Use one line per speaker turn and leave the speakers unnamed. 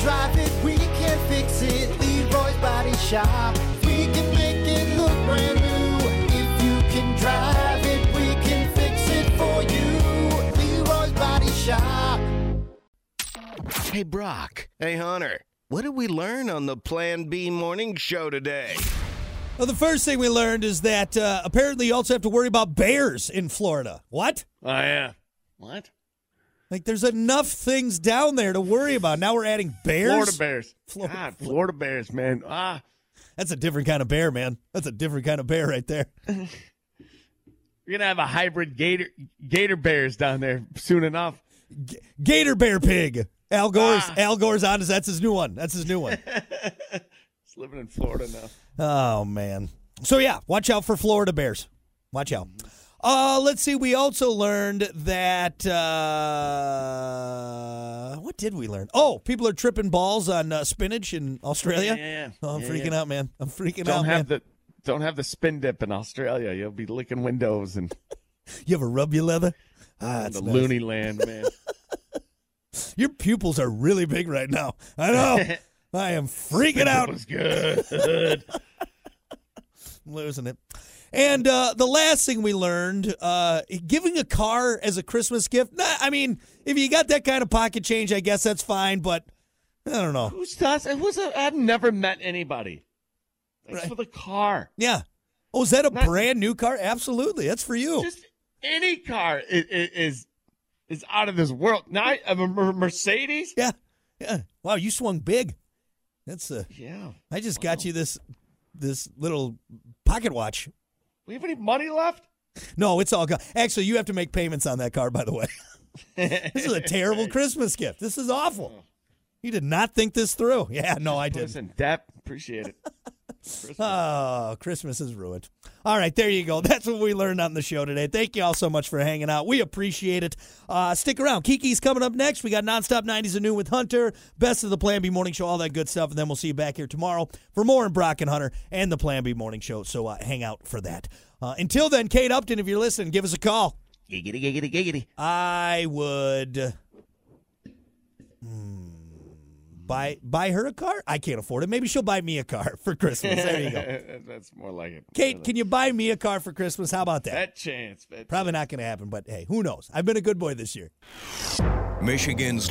drive it, we can fix it. Leroy's Body Shop. We can make it look brand new. If you can drive it, we can fix it for you. Leroy's Body Shop.
Hey, Brock,
Hey, Hunter, what did we learn on the Plan B morning show today?
Well, the first thing we learned is that uh, apparently you also have to worry about bears in Florida. What?
Oh yeah. What?
Like, there's enough things down there to worry about. Now we're adding bears.
Florida Bears.
Florida-
God, Florida Bears, man. Ah,
That's a different kind of bear, man. That's a different kind of bear right there.
you're gonna have a hybrid gator gator bears down there soon enough.
Gator bear pig. Al Gore's
Ah.
Al Gore's on. That's his new one. That's his new one.
It's living in Florida now.
Oh man. So yeah, watch out for Florida bears. Watch out. Uh, let's see. We also learned that uh, what did we learn? Oh, people are tripping balls on uh, spinach in Australia.
Yeah, yeah, yeah.
Oh, I'm
Yeah,
freaking out, man. I'm freaking
Don't
out.
have
man.
the don't have the spin dip in Australia. You'll be licking windows and
you ever rub your leather? Ah,
in
it's
the
nice.
loony land, man.
Your pupils are really big right now. I know. I am freaking out.
was good.
I'm losing it. And uh, the last thing we learned, uh, giving a car as a Christmas gift. Nah, I mean, if you got that kind of pocket change, I guess that's fine. But I don't know.
Who's does? It was a, I've never met anybody. Thanks
Right.
for the car.
Yeah. Oh, is that a
Not-
brand new car? Absolutely. That's for you.
Just any car i- i- is is out of this world. Now I have a Mer- Mercedes.
yeah. Yeah. Wow, you swung big. That's uh,
Yeah.
I just got you this this little pocket watch.
We have any money left?
No, it's all gone. Actually, you have to make payments on that car, by the way. this is a terrible Christmas gift. This is awful. You did not think this through. Yeah, no, I
Put
didn't.
us in debt. Appreciate it. Christmas.
Oh, Christmas is ruined. All right, there you go. That's what we learned on the show today. Thank you all so much for hanging out. We appreciate it. Uh, stick around. Kiki's coming up next. We got Nonstop 90s and New with Hunter, Best of the Plan B Morning Show, all that good stuff. And then we'll see you back here tomorrow for more in Brock and Hunter and the Plan B Morning Show. So uh, hang out for that. Uh, until then, Kate Upton, if you're listening, give us a call.
Giggity, giggity, giggity.
I would hmm, buy buy her a car. I can't afford it. Maybe she'll buy me a car for Christmas. There you go.
That's more like it.
Kate, can you buy me a car for Christmas? How about that?
that chance? That
Probably not going to happen, but hey, who knows? I've been a good boy this year.
Michigan's